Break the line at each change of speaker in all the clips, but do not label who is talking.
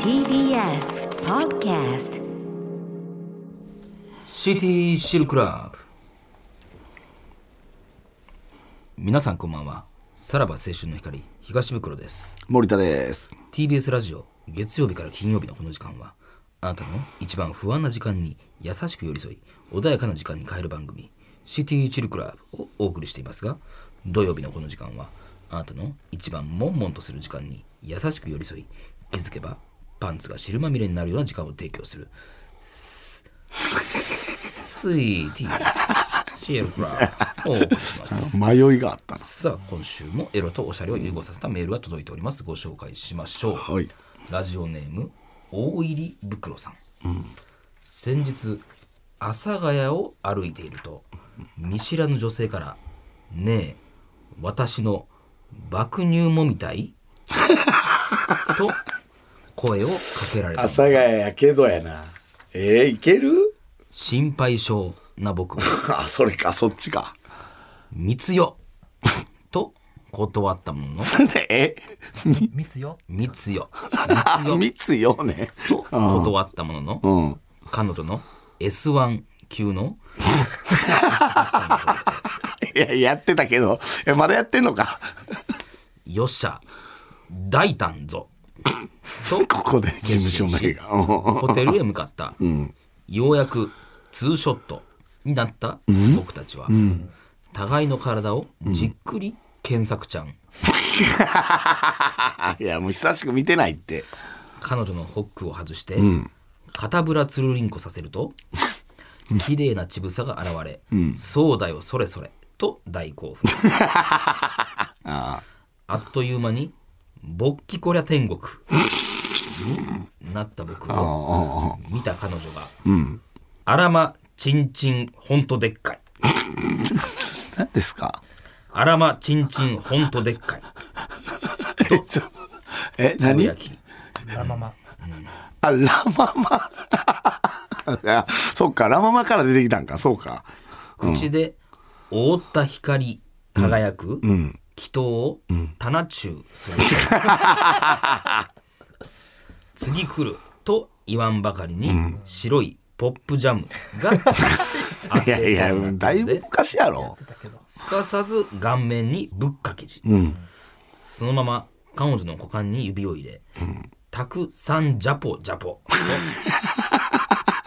TBS Podcast
CT シルクラブ皆さんこんばんはさらば青春の光東袋です
森田です。
TBS ラジオ月曜日から金曜日のこの時間はあなたの一番不安な時間に優しく寄り添い穏やかな時間に変える番組「シティチルクラブ」をお送りしていますが土曜日のこの時間はあなたの一番悶々とする時間に優しく寄り添い気づけばパンツが汁まみれになるような時間を提供するススイーティーチルクラブをお送りします
迷いがあった
さあ今週もエロとおしゃれを融合させたメールが届いておりますご紹介しましょう、
はい
ラジオネーム大入り袋さん、先日阿佐ヶ谷を歩いていると見知らぬ女性から「ねえ私の爆乳もみた い? 」と声をかけられた
な。阿佐ヶ谷やけどやな。えー、いける
心配性な僕は
あ、それか、そっちか。
「三つよ」と断ったものの
え
「三つよ」
あ、三つよね。
と断ったものの、
うん。
彼女の S1 級の
いや、やってたけど、え、まだやってんのか。
よっしゃ大胆ぞと
ここで事務所名が。うん
ホテルへ向かった、ようやくツーショットになった僕たちは、互いの体をじっくり検索ちゃん、
あ、いや、もう久しく見てないって。
彼女のホックを外して、肩ぶらつるりんこさせる と綺麗な乳房が現れ、そうだよそれそれと大興奮 あっという間に勃起こりゃ天国になった僕を見た彼女が「あらまちんちんほんとでっかい」
何ですか
「あらまちんちんほんとでっかい
え、ちょ、え、」
つぶ
何
やき
あ、ラママ。あそっか、ラママから出てきたんか、そうか。
口で覆った光輝く祈祷を棚中する、次来ると言わんばかりに白いポップジャムがあっ
いやい
て
や
そうな、った
だい
の
ぶ
で
昔やろ。
すかさず顔面にぶっかけじ、そのまま彼女の股間に指を入れ、たくさんジャポジャ ポと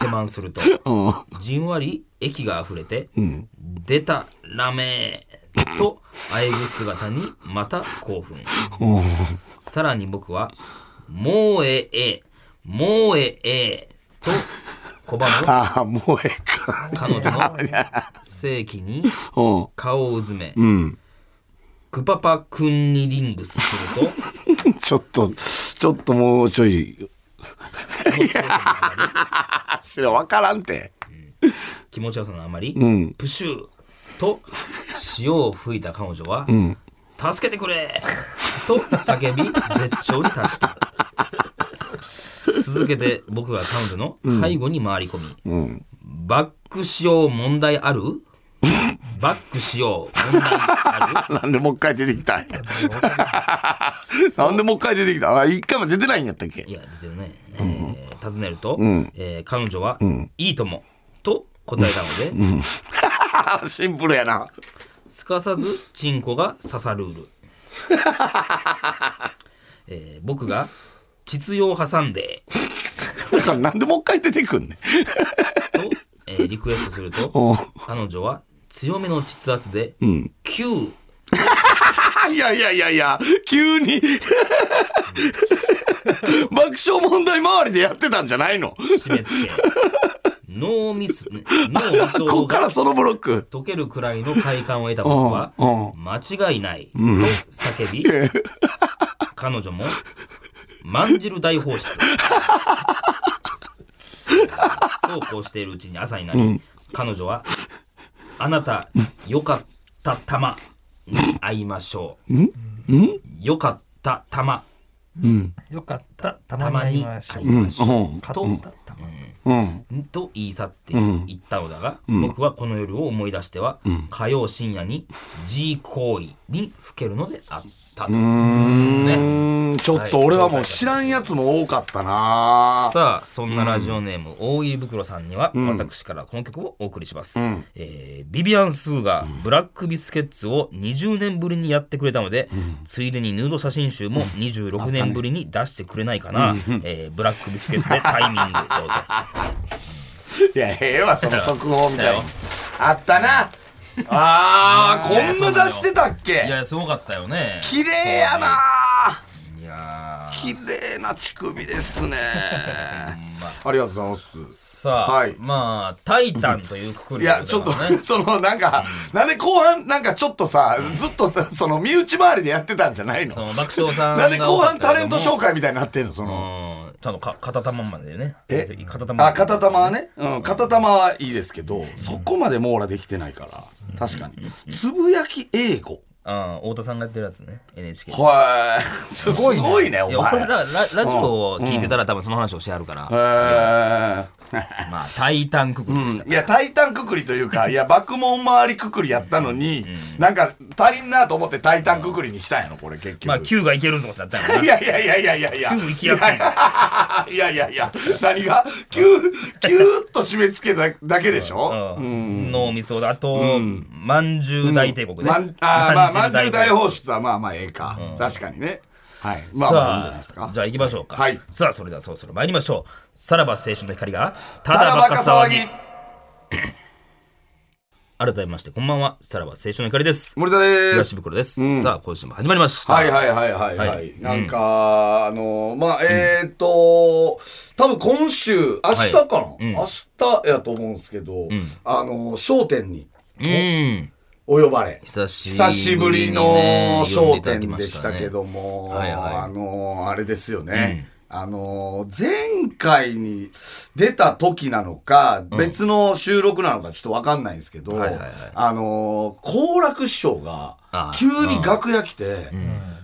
手満すると、
うん。
じんわり液が溢れて、出たラメーと、あえぐ姿にまた興奮。さらに僕は、もうええ、もうええ、と、拒む
ああ、もうええか。
彼女の性器に
うん。
顔をうずめ、
うん。
クパパくんにリングスすると、
ちょっと、ちょっともうちょい。知らんわからんて。
気持ちよさのあまり、
ん
プシューと潮を吹いた彼女は、助けてくれと叫び絶頂に達した続けて僕が彼女の背後に回り込み、
うん。
バックしよう問題あるバックしよう問題ある
なんでもう一回出てきたんや。なんでもう一回出てきたあ、一回も出てないんやったっけ
いや出てるね、えー尋ねると、えー彼女は、いいともと答えたので、
あシンプルやな。
すかさずチンコが刺さルール、えー僕が膣用挟んで
だからなんでもう一回出てくんねん。
と、えーリクエストすると
お
彼女は強めの膣圧で
ん
「キュー
あ、いやいやいやいや、急に。爆笑問題周りでやってたんじゃないの」
締め付け脳みそ脳みそ
こっか
が
らそのブロック。
溶けるくらいの快感を得た僕は
うん
間違いないと叫び、彼女も「まんじる大放出」そうこうしているうちに朝になり、彼女は「あなたよかったたま」に会いましょうよかったたま
よかった、た
た
ま
まに
に会いま
会
しょう
い。ましょう、
買
と
った、たまに。
うん。
と言い去っていったのだが、僕はこの夜を思い出しては、火曜深夜に G 行為にふけるのであった。ったということです
う
ね。
ーんちょっと俺はもう知らんやつも多かったな
さあそんなラジオネーム、大井袋さんには、私からこの曲をお送りします、えービビアン・スーがブラックビスケッツを20年ぶりにやってくれたので、ついでにヌード写真集も26年ぶりに出してくれないかな、えーブラックビスケッツでタイミン グどうぞ
いやええわその速報みたい
だ
な
よ
あっ たなあーこんな出してたっ
い
け
やすごかったよね
綺麗やなー
いやー
綺麗な乳首ですね。ありがとうございます。
さあ、
はい
まあ「タイタン」というくく
い
り
や、
で
ちょ
ご
っ
ざ
と
いますね、、
その、なんか、なんで後半、なんかちょっとさ、ずっと、その、身内回りでやってたんじゃないの
その爆笑さんが
なんで後半
多か
タ
った
レ
け
ン
ど
ト
も
紹介みたいになってんのその、
うんちゃんとか片玉までね
え
片玉
あ、片玉はね、うん、片玉はいいですけど、そこまで網羅できてないから、確かに。つぶやき英語。
ああ太田さんがやってるやつね NHK
はい。すごいね。すごいね、
い
お前。
や俺らララジオを聞いてたら多分その話をしてやるから、
へー
まあタイタンクックでした、
いや、タイタンくくりという か、いや、爆問回りくくりやったのに、なんか足りんなと思ってタイタンくくりにしたんやろ、これ結局。
まあ Q がいけるぞってなったんや
い
な
やいやいやいやいやいや。
Q 行きやすい
いやいやいやいや、何がキュー、キューっと締め付けただけでしょ、
う
うん
ん脳みそだあと、まんじゅう大帝国ね、
まん、あーまあ、まんじゅう大
帝
放出はまあまあええか、確かにね。はい。まあまあいいんじゃない
さ
で
あ
すか。
じゃあ行きましょうか、
はい
さあそれではそろそろ参りましょうさらば青春の光がた
た
だ
だ
バ
バ
カ
カ
騒
騒
ぎ
ぎ。
改めましてこんばんはさらば青春の光です
森田で
東
す。
袋です、さあ今週も始まりました、
はいはいはいはいはい。
はい
なんか、あの、まあ、えっ、ー、と、多分今週、明日かな、
うん
明日やと思うんですけど、あの、商店に
うん
お呼ばれ。
久し
久し
ぶ
ぶり
りにね
の商店でしたけども、
呼んでいただきましたねはいはい
あの、あれですよね。あの、前回に出た時なのか、別の収録なのかちょっとわかんないんですけど、
はいはいはい
あの、好楽師匠が
あ
急に楽屋来て、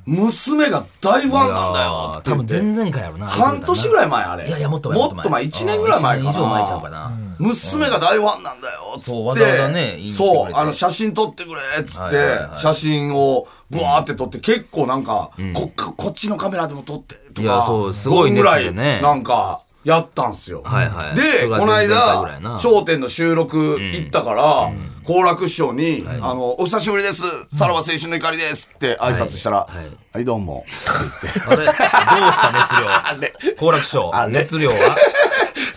娘が大ファンなんだよって
多
言
分
っ
前
て。
々回やろな
半年ぐらい前あれ。
いやいやもっと前
もっと前。1年ぐらい前か
あー一年
な。
以上前ちゃうかな、
娘が大ファンなんだよっつって、
そうわざわざね言いに来てくれて
そうあの写真撮ってくれっつっ
はい
て、
はいはい
写真をブワーって撮って、結構なんか、ここっちのカメラでも撮ってとか
いやそうすごい熱
ぐら
でね
いなんかやったんすよ、
はいはい
で
それが
この
前々回ぐらい
間
な
『笑点』の収録行ったから好、楽師匠に、あの「お久しぶりですさらば青春の怒りです」って挨拶したら「
いはい
はいど うも」って言って
あれどうした熱量
あれ
好楽師匠
あれ
熱量は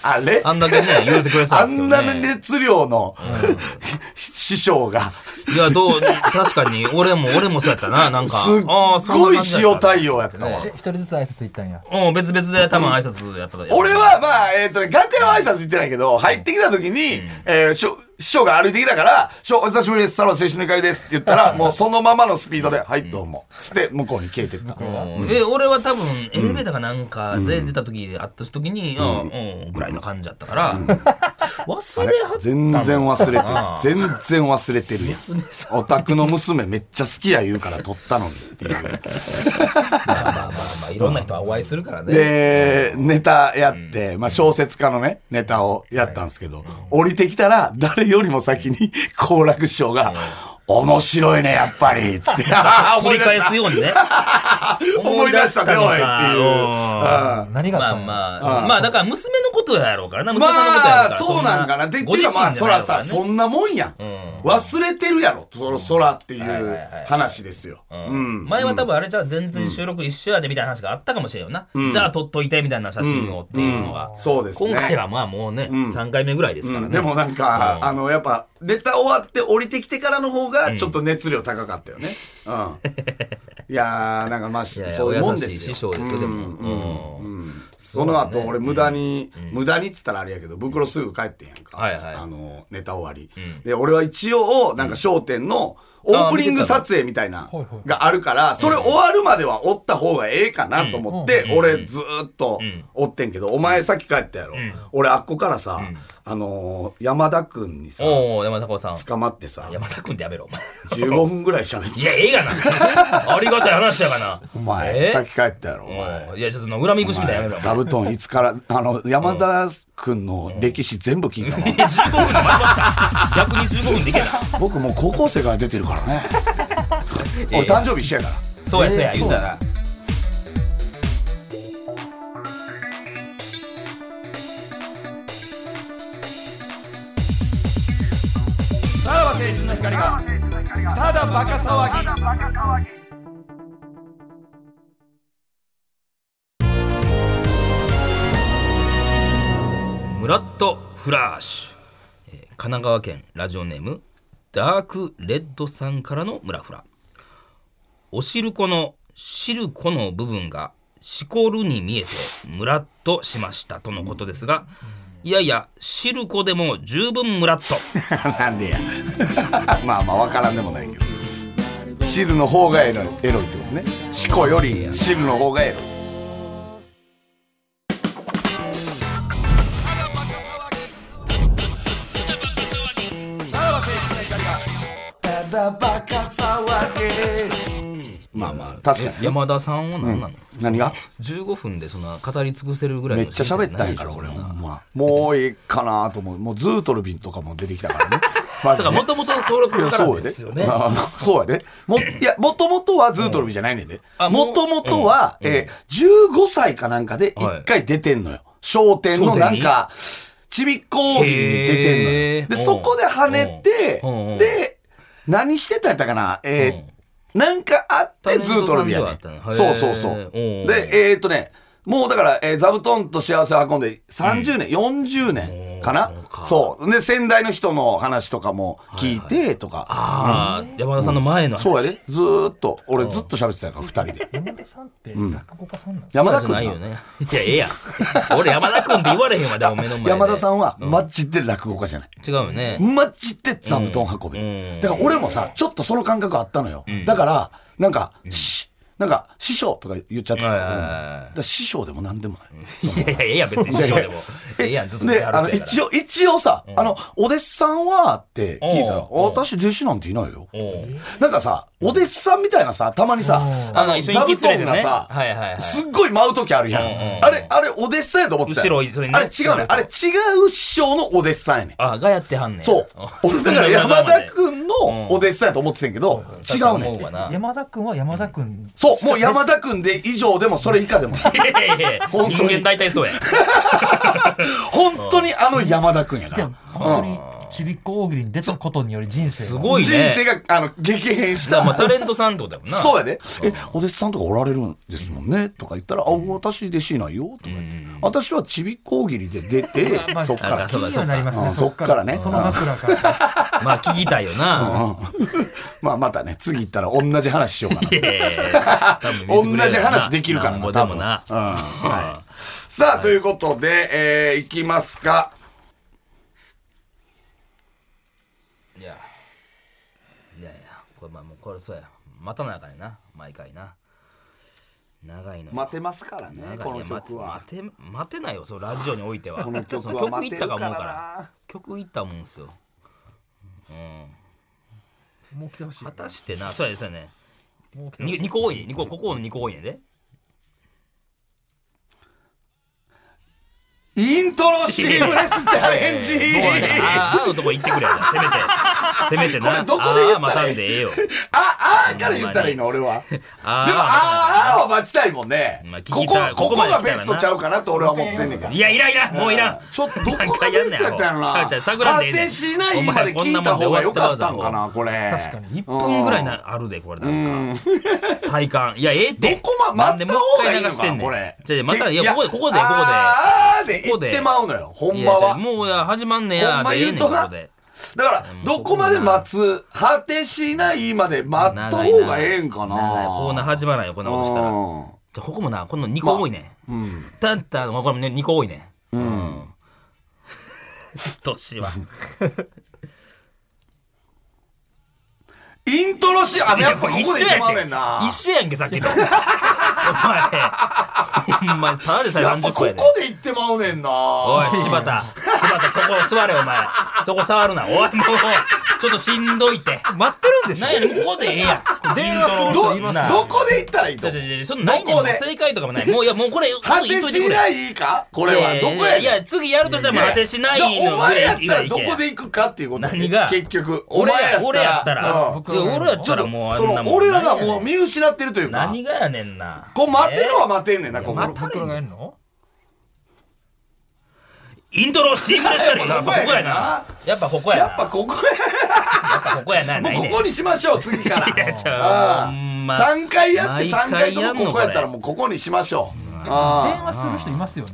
あれ
あんだけ ね言うてくれてた
あ
んですけ
ん
ど、ね、
な熱量の、 師匠が、
いやどう確かに俺も俺もそうやったななんか
すっ
あーそんな
ごい
感じや
塩
った
対応やったわ。
一人ずつ挨拶行ったんや。
うん別々で多分挨拶やった
俺は、まあ、えっ、とね、楽屋は挨拶行ってないけど、入ってきた時に、えーしょ師匠が歩いてきたから、師匠、お久しぶりです、さらば青春の会ですって言ったら、もうそのままのスピードで、はい、どうも。つって、向こうに消えてった。
うんえ俺は多分エレベーターかなんかで出た時で会った時に「うんうん」ぐらいの感じやったから 忘れはった
全然忘れてる
あ。
全然忘れてるやん。お宅の娘めっちゃ好きや言うから撮ったのにっていう。
まあまあまあまあいろんな人はお会いするからね
で、ネタやって、まあ小説家のね、ネタをやったんですけど、降りてきたら、誰よりも先に、 好楽師匠が、面白いね、やっぱり つって、
取り返すようにね
思い出したね、おいっていう。うん
何が
ま
あ
あ
ったんや。
まあ、まあだから娘のことやろうからな、娘さんのことやろうか
まあ、
ら。
そうなんかな。っていうか、まあ、そらさ、そ
ん
んなもんやん。忘れてるやろ、そそらっていう話ですよ。
な前は多分あれじゃあ全然収録一緒やでみたいな話があったかもしれんよな。じゃあ撮っといてみたいな写真をっていうのが。
そうですね
今回はまあもうね、3回目ぐらいですからね。
でもなんか、
うん
あの、やっぱ、ネタ終わって降りてきてからの方が、ちょっと熱量高かったよね。 うん。いやー、なんかまあ、
いやいや、
そういうもんで
お優しい師
すよ。
匠ですよ、でも。うん
その後、俺無駄に、無駄にっつったらあれやけど、袋すぐ帰ってんやんか。
はいはい
あの、ネタ終わり。で、俺は一応、なんか、商店の、オープニング撮影みたいな
はいは、い
があるから、それ終わるまではおった方がええかなと思って、俺ずーっとおってんけど、お前さっき帰ったやろ。俺あっこからさ、あのー、山田くんにさ、
おお山田子さん。
捕まってさ、
山田君ってやめろ、お前。
15分ぐらい喋っ
いや、
て。
ええがな。ありがたい話やがな。
お
え
前、
え
さっき帰ったやろ、お前。
おいいや、ちょっとその恨み節みたいなやめろ。お前
座布団いつから、あの、山田くんの歴史全部聞いた
15
の。
分で丸まった逆に15分でいけな
僕もう高校生から出てるからね。俺誕生日一緒やから。
そうやそうや言うたら
さらば青春の光がただバカ騒ぎ
ムラッとフラッシュ、えー神奈川県ラジオネームダークレッドさんからのムラフラおしるこのしるこの部分がしこるに見えてムラッとしましたとのことですがいやいやしるこでも十分ムラッと
なんでやまあまあわからんでもないけど汁の方がエロいエロいってことねしこより汁の方がエロいまあまあ確かに
山田さんは何なの、
何が
15分でそんな語り尽くせるぐらい
め
の
っちゃ喋ったんやから
人生
俺
ないでしょそん
ほ
なん
まもういいかなと思うもうズートルビンとかも出てきたからねマ
だか
ジで
らもともと それか
いや、
ら
そう
で
やで。
すよね
まあまあそうやで。 も、いや、もともとはズートルビーじゃないねんで
あ。もう
もともとは、
うん
えー、15歳かなんかで
はい
一回出てんのよ。商店のなんか、ちびっこ大喜利に出てんの
へ
よ。
ー
で、そこで跳ねて
うんうんうん、
で、何してたんやったかなえー、なんかあってズートルビーやね
タレント
ん。
さんでは
そ
あったの
うそうそう。
へー
で、えーっとね、もうだから、えー座布団と幸せを運んで30年、40年かな
おーそうか
そう。で、先代の人の話とかも聞いて、とか。
ああ、山田さんの前の話
そうやで。ずーっと、俺ずっと喋ってたやから、二人で。
山田さんって落語家さんなんですか
山田
じ
君
ゃないよね。いや、ええやん。俺、山田君って言われへんわ、でも目の前で。
山田さんは、マッチって落語家じゃない。
違うよね。
マッチって座布団運
うんうん
べ。だから俺もさ、ちょっとその感覚あったのよ。だから、なんか、し、なんか、師匠とか言っちゃってた
はい
俺
は
も
いはい
だから師匠でも何でもない。
いやいや、ええやん、別に師匠 でも。ええやん、ずっと
で、あの、
応。
一応、一応さ、あの、お弟子さんはって聞いたら、
うん
私弟子なんていないよ。
おう
なんかさ、お弟子さんみたいなさ、たまにさ、
あの、一緒に引き連れてね。
さ、
はいはいはい。
すっごい舞う時あるやん。
うんうんうん
あれ、あれ、お弟子さんやと思ってたよ
後ろそれね
あれ違うね。あれ違う師匠のお弟子さんやねん。
あ、がやってはんねん。
そう
あ。
俺だから山田くんのお弟子さんやと思ってたんやけど、違うね。
思うんわな。
山田君は山田君
そう、もう山田くんで以上でもそれ以下でも ない。
いやいやいや
本当
人
に
間大体そうや。
本当にあの山田くんやか
で
ら
も。本当にちびっこ大喜利に出たことにより人生
す
す
ごいね。
人生が、あの、激変し
だからま
た
あ。タレントさんってことだもんな。
そうやで。え、お弟子さんとかおられるんですもんね。とか言ったら、あ、私弟子いないよ。とか言って。私はちびっこ大喜利で出て、 そっか
あ
ら。
そうだ
気に
そう
はなり
だ。
ます
う
ね
んそっからね
その枕から
まあ、聞きたいよな。
まあまたね、次行ったら同じ話しようかな。
いやいやいや多分見てくれるよな
同じ話できるから
な
な
んぼで
多
も
分
な。
うんはいさあ、ということで、えー、いきますか。
いやいやいやこれまあもうこれそうや待たなあかんやな毎回な長いのよ
待てますからね、こ
長いよ
の曲は。
待て待て待てないよそのラジオにおいては
この曲
その
は待
い
て
った
る
か
か
もん
ら
から
な。
曲いったもんすよ
もう来てほしい
果たしてなそうやですよね
もう来てほしい
2個多い2個ここの2個多いんやで
イントロシームレスチャレンジ
もうだからあーあーのとこ行ってくれやじゃあせめてせめてな
これどこで言
あー
ったらいい
待たんでええよ
あ、あーから言ったらいいの、俺は。
あ
でも、
ー
あーあーは待ちたいもんね
まあ聞。
こ
き
こ
たい、
こ
こ
こ
こまで来
が
た
ベ
らな
ストちゃうかなと俺は思ってんねんから
い。やいらんいらんもういらん
ちょっとどこ
何
が
回や
ベ
ん
ス
ね
トやったんやろな。
ちゃうちゃう探らんでええねん
果てしないまで聞いた方が良かったんかな、これ。
確かに一
1分ぐらいなあるでこれなんか体感いやええって
どこま、
なんで
待った
もう
方
一
が
回
いいの
流して
か
んねん
これ。
じゃあまたいやここでここでここで
あーで
ここ
言っ
で
てまうのよ、ほん
い
ま
やじゃあ
は。
もういや始まんねや
ほんま
でええ
言う
ねん
とな
ここで
だから、どこまで待つ、果てしないまで待った方がええんかな。
長いコーナー始まらんよこんなことしたらじ
うん
ゃあここもなこの2個多いね
うん。
たったのこれもね2個多いねうん年は
イントロし、あ、 やっぱここで
一緒
言ってまうね
や
ん
ん
な
け。一緒やんけさっきのお 前ほんまにただでさえ
やっ
30
ぱ
個
こ
やで
こで言ってまうねんな。
おい、柴田、柴田、そこ座れ、お前。そこ触るな。おい、もう、ちょっとしんどいって。
待ってるんでしょ
なんやねん、もうここでええやん。
電話する
ど、
人いますよ
どこで行ったらいいと
じゃ
思
じ
う
ゃじゃそんなないねん
ど
も
こ
う
で
正解とかもないもういやもうこれ
果てしないいいいかこれは。どこやねん
いや次やるとしたらもう果てしない
や
の
お
ぐ
前
ら
や
い
っ
い
たら
い
どこで行くかっていうこと
何が
結局
俺や俺
俺や
やっ
ったた
ら
らうん
いや俺やったらもうあ
そ
んな
の
もん
俺らがもう見失ってるというか
何がやねんな
こう待てるは待てんねんなここ
また僕らがやるの
イントロ CM ですからやっぱここやなやっぱここやな
やっぱここや
やっぱここやなな
も
いうね
ここにしましょう次から
いやちょ
あ
ほん ま
3回やって3回
毎
と
やんの
もここやったら
れ
もうここにしましょうあ
電話する人いますよ ね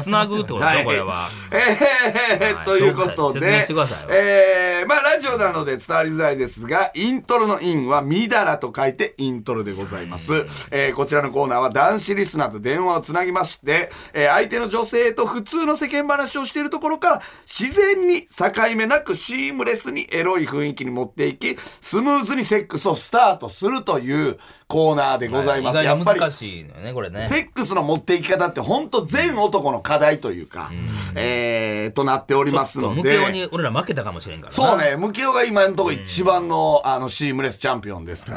つなぐってことでしょこれは
ーえ
は
ー、
い
ということ
説明
で
してください、
えー、まあラジオなので伝わりづらいですが、イントロのインはみだらと書いてイントロでございます。えー、こちらのコーナーは男子リスナーと電話をつなぎまして、えー、相手の女性と普通の世間話をしているところから、自然に境目なくシームレスにエロい雰囲気に持っていき、スムーズにセックスをスタートするというコーナーでございます。
意
や
外
っ
に
ぱり
難しいのよねこれね
セックスの持っていき方って本当全男の課題というか、えー、となっておりますの
無形
で。
に俺ら負けたかもしれんからな
そうね、ムキオが今のところ一番の、あの、シームレスチャンピオンですか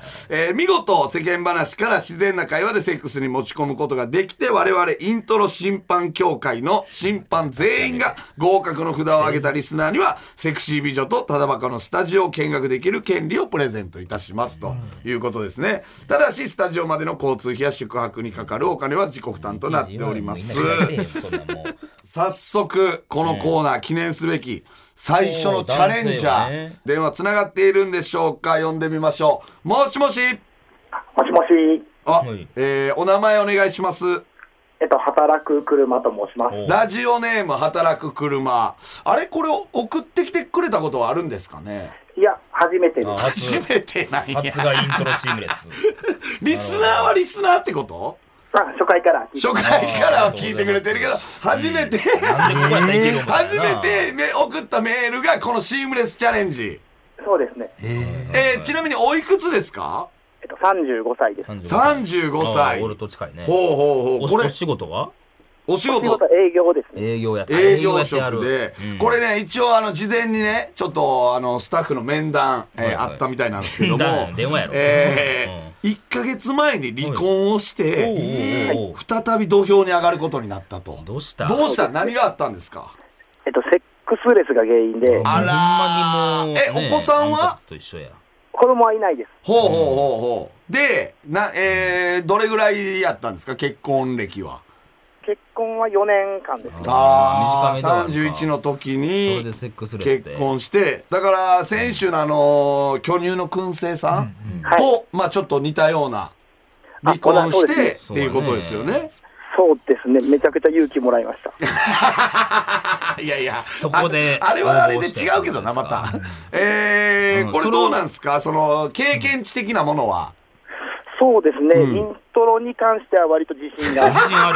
ら、えー見事、世間話から自然な会話でセックスに持ち込むことができて、我々、イントロ審判協会の審判全員が合格の札を上げたリスナーには、セクシー美女とただバカのスタジオを見学できる権利をプレゼントいたしますということですね。ただし、スタジオまでの交通費や宿泊にかかるお金は自己負担となっております。
みんな理解せえへんそんなもう
早速このコーナー記念すべき最初のチャレ
おー男
ンジャ
性
ー
はね
電話つながっているんでしょうか呼んでみましょうもしもし
もしもし、
あ
はい、
えーお名前お願いします
えっと、働く車と申します。
お
ラジオネーム働く車あれこれを送ってきてくれたことはあるんですかね
いや、初めてで
あ
す。
初
初めてないや
初がイントロシームレス
リスナーはリスナーってこと
あ、初回から聞いて
初回からは聞いてくれてるけど
あ
初めて
なんでここやったらいけるんか
初めてめ送ったメールがこのシームレスチャレンジ、
そうですね。
えーちなみにおいくつですか
えっと、35歳です。
35歳
あ俺と近いね
ほうほうほ
お
う。これ
お、仕事は
お仕
仕
事
事、、営業ですね。
営業やって
営業職
営業やっ
で
てやる、
これね、一応、あの、事前にね、ちょっと、あの、スタッフの面談、
はい
えー
はい
あったみたいなんですけど も
だから、電話やろ
えー、1ヶ月前に離婚をし
おう
て、
おうおう
再び土俵に上がることになったと。
どうした
どうした何があったんですか
えっと、セックスレスが原因で、
ほ
あらー
んまにもうね
えお子さんは
あたと一緒や
子供はいないです。
ほうほうほうほう。で、な、えー、どれぐらいやったんですか結婚歴は。
結婚は4年間ですね。
ああ、
短めではあるか
31の時
そ
に。
れでセックスレスで
結婚して、だから先週のあの、巨乳の燻製さん
はい
と、まあちょっと似たような離婚し
あそうだそう
て
です
って
ね
いうことですよね。
そうですね。めちゃくちゃ勇気もらいました。
あいやいや、
そこで
ああれはあれで違うけどな、
応募
ま
した
た。え
うん
ー、こ
そ
れ
れを
どうなんですかその、経験値的なものは。
そうですね。
うん
イントロに関しては割と自信が。
自信あ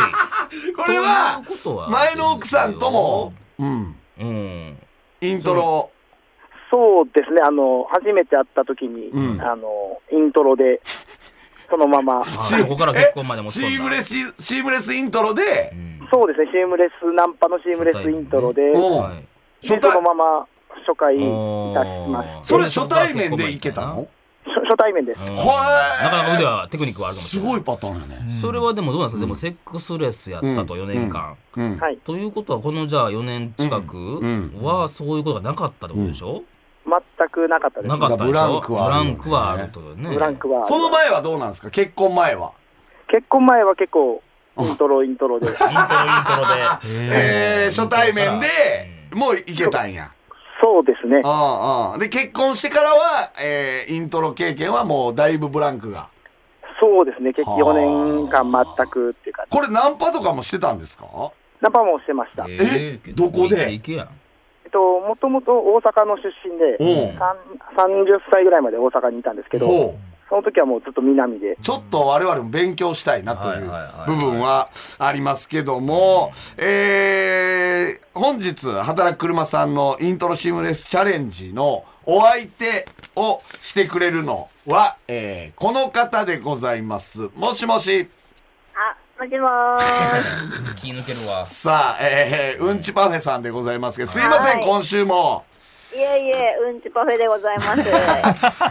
り
これは
ということ、は
前の奥さんとも、うん、
うん
イントロ、
そうですね。あの、初めて会った時に、
うん
あの、イントロで、そのまま。
あそこから結婚まで持ち
シ
込んだ
ームレス、シームレスイントロで
う、ん
そうですね。シームレス、ナンパのシームレスイントロで、
うん
はい
初
で
対
そのまま初回いたしま
おー
し
それ初対面でいけたの
初初対面です
うん。
はーい
なかなか腕はテクニックはあるかもし
す
れない
ごいパターンやね。
それはでもどうなんですか、でもセックスレスやったと
うん
4年間、
うん。
はい。
ということはこのじゃあ4年近
ん
くはそういうことがなかったってことでしょ、
全くなかったです
な。かったでしょ
ブランクはあるよ
ブラ
ね
ンクはあるってことだよね
ブランクは。
その前はどうなんですか結婚前は。
結婚前は結構、イントロイン トロで。
イントロイントロで
えー、初対面で、もう行けたんや。
そうですね。
ああ、で、結婚してからは、えー、イントロ経験はもうだいぶブランクが。
そうですね。結
はあ
局4年間全くっていう感じ。
これナンパとかもしてたんですか
ナンパもしてました。え
えどこで
いけやん
っと、もともと大阪の出身
う
で
ん、
さん30歳ぐらいまで大阪にいたんですけど、
ほう
その時はもうずっと南で。
ちょっと我々も勉強したいなという
はいはいはい
部分はありますけども、えー、本日、働く車さんのイントロシームレスチャレンジのお相手をしてくれるのは、えー、この方でございます。もしもし。
あ、もしもー す。
気抜けるわ
さあ、えー、うんちパフェさんでございますけど、すいません、
はい
今週も。
いえいえ、うんちパフェでござい ます。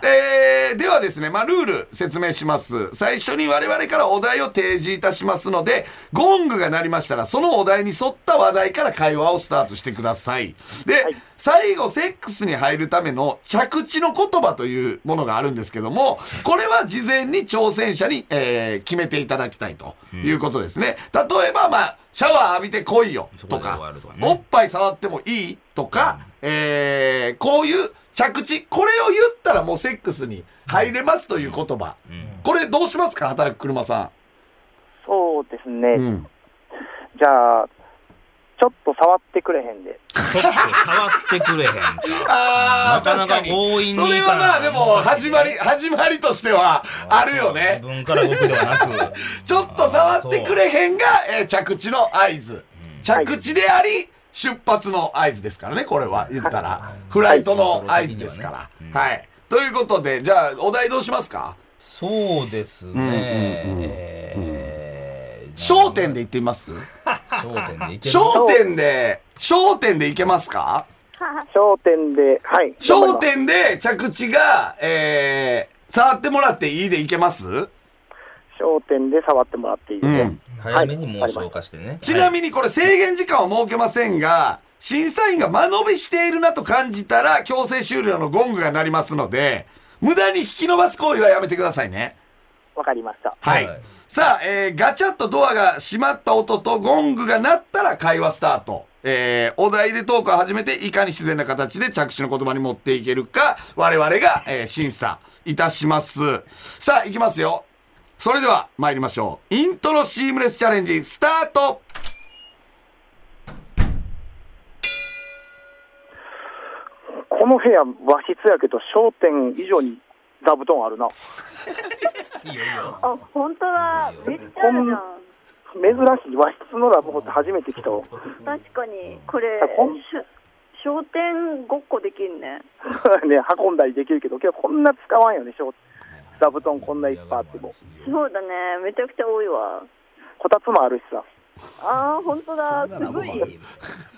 えー ではですね、まあ、ルール説明します。最初に我々からお題を提示いたしますので、ゴングが鳴りましたら、そのお題に沿った話題から会話をスタートしてください。で、最後、セックスに入るための着地の言葉というものがあるんですけども、これは事前に挑戦者に、えー決めていただきたいということですね。例えば、まあ、シャワー浴びて来いよと
そこで終わ
か
るとか、ね
おっぱい触ってもいいとか、えーこういう着地、これを言ったらもうセックスに入れますという言葉。これどうしますか働く車さ
そうですね、
ん。ん。
じゃあ、ちょっと触ってくれへんで。
ちょっと触ってくれへんか。
あ
な
ー、
かなか
確かに。
強引に
それはまあでも、始まり、始まりとしてはあるよね。
自。分から動くではなく
ちょっと触ってくれへんが、えー着地の合図。着地であり、出発の合図ですからね、これは。言ったら。フライトの合図ですから
う。ん
はい。ということで、じゃあ、お題どうしますか
そうですね。えー
焦点で言ってみます
焦点でいける
焦点で、焦点でいけますか
商店で、はい。
焦点で着地が、えー、触ってもらっていいでいけます
商店で触ってもらっていいですね。
うん
早めにもう消化してね。
ちなみにこれ制限時間を設けませんが、審査員が間延びしているなと感じたら、強制終了のゴングが鳴りますので、無駄に引き伸ばす行為はやめてくださいね。
わかりました。
はい。
はい
さあ、えーガチャッとドアが閉まった音とゴングが鳴ったら会話スタート。えーお題でトークを始めて、いかに自然な形で着地の言葉に持っていけるか、我々が、えー審査いたします。さあ、いきますよ。それでは参りましょう。イントロシームレスチャレンジ、スタート
この部屋、和室やけど、商店以上に座布団あるな。
いいよいいよ。
あ、本当だ。めっちゃあるじゃ
珍しい和室のラブホって初め て来たわ
ん。確かに、これ
あほん、
しょ商店ごっこできんね。
ね運んだりできるけどけどこんな使わんよね商座布団こんないっぱいあっても
そうだね。めちゃくちゃ多いわ。
こたつもあるしさ
あー、本当だ。すごい。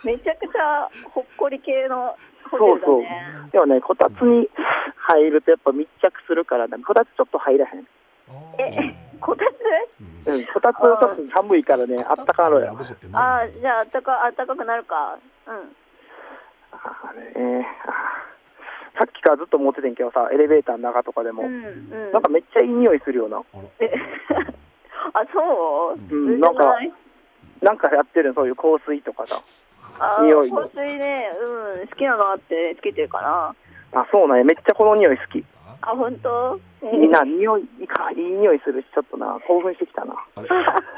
めちゃくちゃほっこり系のホ
そう
テルだ
そう
ね。
でもねこたつに入るとやっぱ密着するからねこたつちょっと入らへん、うん、
え、こたつ
こたつはちょっと寒いからねあったかろや、
あー、じゃあ、あったか、あったかくなるか。うん。
えーさっきからずっと思っててんけどさエレベーターの中とかでも、
うん、うん。
なんかめっちゃいい匂いするような
え あ、そ
う
う
んなんかなんかやってるのそういう香水とかさ
あー
匂いの
香水ね、うん、好きなのあってつけてるかな。
あそうなんやめっちゃこの匂い好き
あ、本当え
みんな匂いいいかいい匂いするしちょっとな興奮してきたな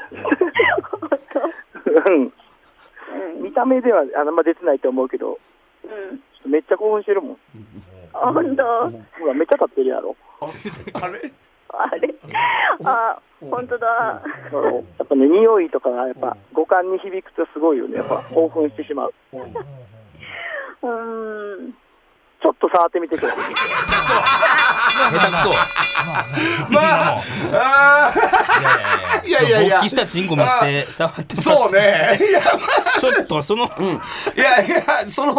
本当
うん
うん、
見た目ではあんま出てないと思うけど、
う
ちょ
ん。
っとめっちゃ興奮してるもん。
あ、本当
ほら、めっちゃ立ってるやろ。
あれ
あれあ、本当だ。
やっぱね、匂いとかがやっぱ五感に響くとすごいよね。やっぱ興奮してしまう。
うん。
ちょっと触ってみてください。
下手くそ。
まあ、あ
いやいやいや。
いやいやいや
勃起したチンコ見して、触って
ーそうね。いや、
ちょっとその、
いやいや、その、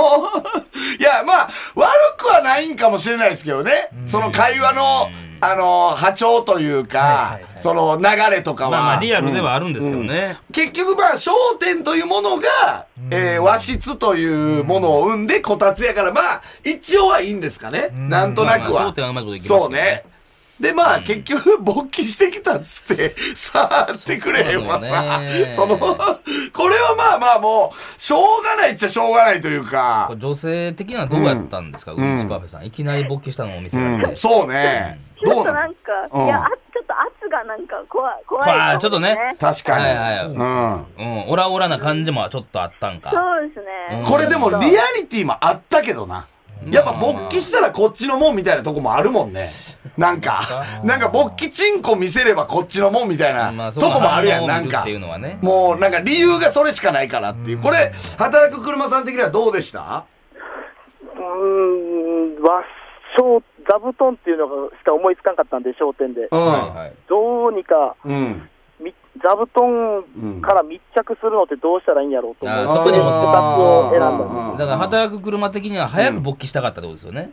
いや、まあ、悪くはないんかもしれないですけどね。その会話の、あの、波長というか、その流れとかは。
まあまあリアルではあるんですけどね。
結局まあ、焦点というものが、えー和室というものを生んで、こたつやから、まあ、一応はいいんですかね。なんとな
まあ
く
まあ
は。
焦点はうまいこといきますよね
そうね。で、まあ、結局、勃起してきたっつって、 触ってくれへんわ
そうな
さ
のよね。
その、これはまあまあもう、しょうがないっちゃしょうがないというか
これ、女性的にはどうやったんですか、うんちパフェさん。いきなり勃起したのを見せられ
うん
て。
そうね。
ち
ど
ょ
う
っと
な
な
の
んか、
うん
いや、あちょっと圧がなんか怖い、怖
怖
い
い
かもね
ちょっ
確
はい
か
はい。う
に。うん。
ん。オラオラな感じもちょっとあったんか。
そうですね。
これでも、リアリティもあったけどな。やっぱ勃起したらこっちのもんみたいなとこもあるもんね。なんか、なんか勃起チンコ見せればこっちのもんみたい
ま
な
あ
と
その
こもあるやん、な
反応を
ん
見るっ
か
てい。うのはね。
もうなんか理由がそれしかないからっていう。これ、働く車さん的にはどうでした
うーん、和商、座布団っていうのがしか思いつかなかったんで、商店で
う。ん。
はいはい。
どうにか
うん。
み座布団から密着するのってどうしたらいいんやろうと思
あ
う、
ー
そこに2つを選んだんです。
だから働く車的には早く勃起したかったってことですよね。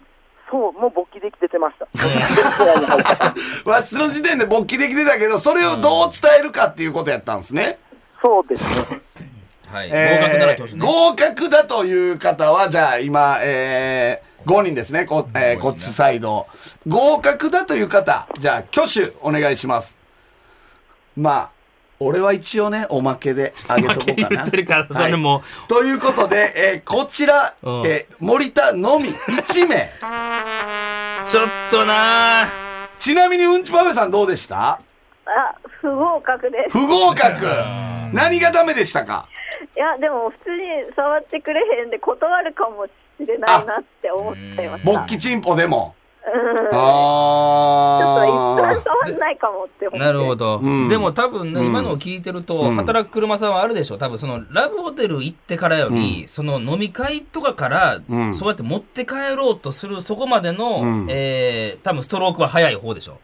そう、もう勃起できててま した。部屋に入った
わしの時点で勃起できてたけど、それをどう伝えるかっていうことやったんですね。
そうですね。
はい。合
えー
格なら教師ね。
合格だという方は、じゃあ今、えー、5人ですね。こ,、えーこっちサイド。合格だという方、じゃあ挙手お願いします。まあ、俺は一応ね、おまけであげとこうか
言
な
っ。てるから、
はい
それも。
ということで、えーこちら、
うん
えー森田のみ1名。
ちょっとなぁ。
ちなみにうんちパフェさんどうでした
あ、不合格です。
不合格。何がダメでしたか
いや、でも普通に触ってくれへんで断るかもしれないなって思っちゃいました。
勃起チンポでも。あ
ちょっと一
ー
旦触んないかもって思って。
なるほど、
ん
でも多分ね、今のを聞いてると、働く車さんはあるでしょ多分そのラブホテル行ってからより、その飲み会とかから、
ん
そうやって持って帰ろうとするそこまでの、
うん
えー多分ストロークは早い方でしょ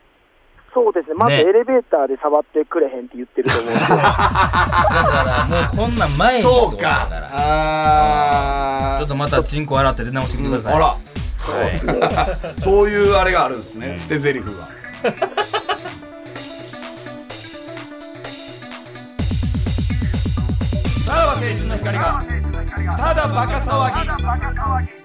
そうですね。まず
ね
エレベーターで触ってくれへんって言ってると思うんで。
だからもうこんなん前に
そう
ってことだ
か
ら。
あ
ちょっとまたチンコ洗って出直してみてください、
ーあら。 そういうあれがあるんですね。捨て台詞が。さらば青春の光が。ただバカ騒ぎ。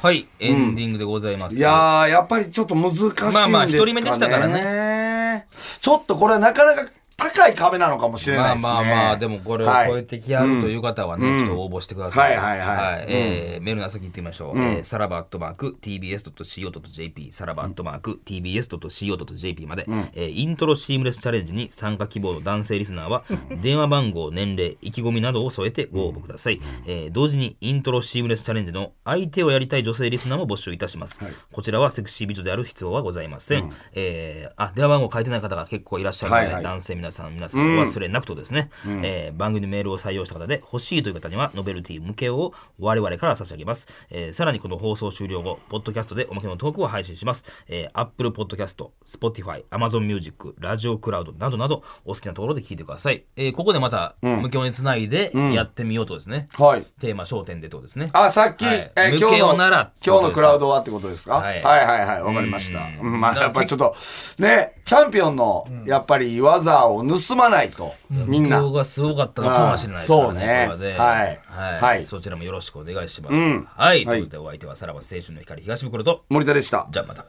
はいエンディングでございます、
いやー、やっぱりちょっと難しいんですかね。
まあまあ一人目でしたから
ね。ちょっとこれはなかなか高い壁なのかもしれ
ま
な
あ
いですね。
まあまあ、でもこれを
はい
超えてきやるという方はね、
うん
ちょっと応募してください。
うんはいはいはい
えーメールの先行ってみましょう。えーさらばアットマーク tbs.co.jp、さらばアットマーク tbs.co.jp まで、えーイントロシームレスチャレンジに参加希望の男性リスナーは、電話番号、年齢、意気込みなどを添えてご応募ください。えー同時にイントロシームレスチャレンジの相手をやりたい女性リスナーも募集いたします。こちらはセクシー美女である必要はございません。えーあ、電話番号書いてない方が結構いらっしゃるので、
はいはい
男性皆さん皆さんお忘れなくとですね、えー番組メールを採用した方で欲しいという方にはノベルティ向けを我々から差し上げます、えーさらにこの放送終了後ポッドキャストでおまけのトークを配信します、えー、Apple Podcast Spotify Amazon Music ラジオクラウドなどなどお好きなところで聞いてください、えーここでまた向けにつないでやってみようとですね、
はい。
テーマ焦点でってことですね
あ、さっき、
はい
えー
無
今日
形
の、
ならって
今
ことで
日の
す
クラウドはってことですか、
はい
はいはいはい、わかりました。
うん
うんまあ、やっぱりちょっと、ね、チャンピオンの、やっぱり技を盗まないと、みんな。
今日がすごかったのかもしれないですからね。
うんそうね
これで
はい
はい
はい
そちらもよろしくお願いします。
うん
はい。ということで、お相手はさらば青春の光東袋と、
森田でした。
じゃあまた。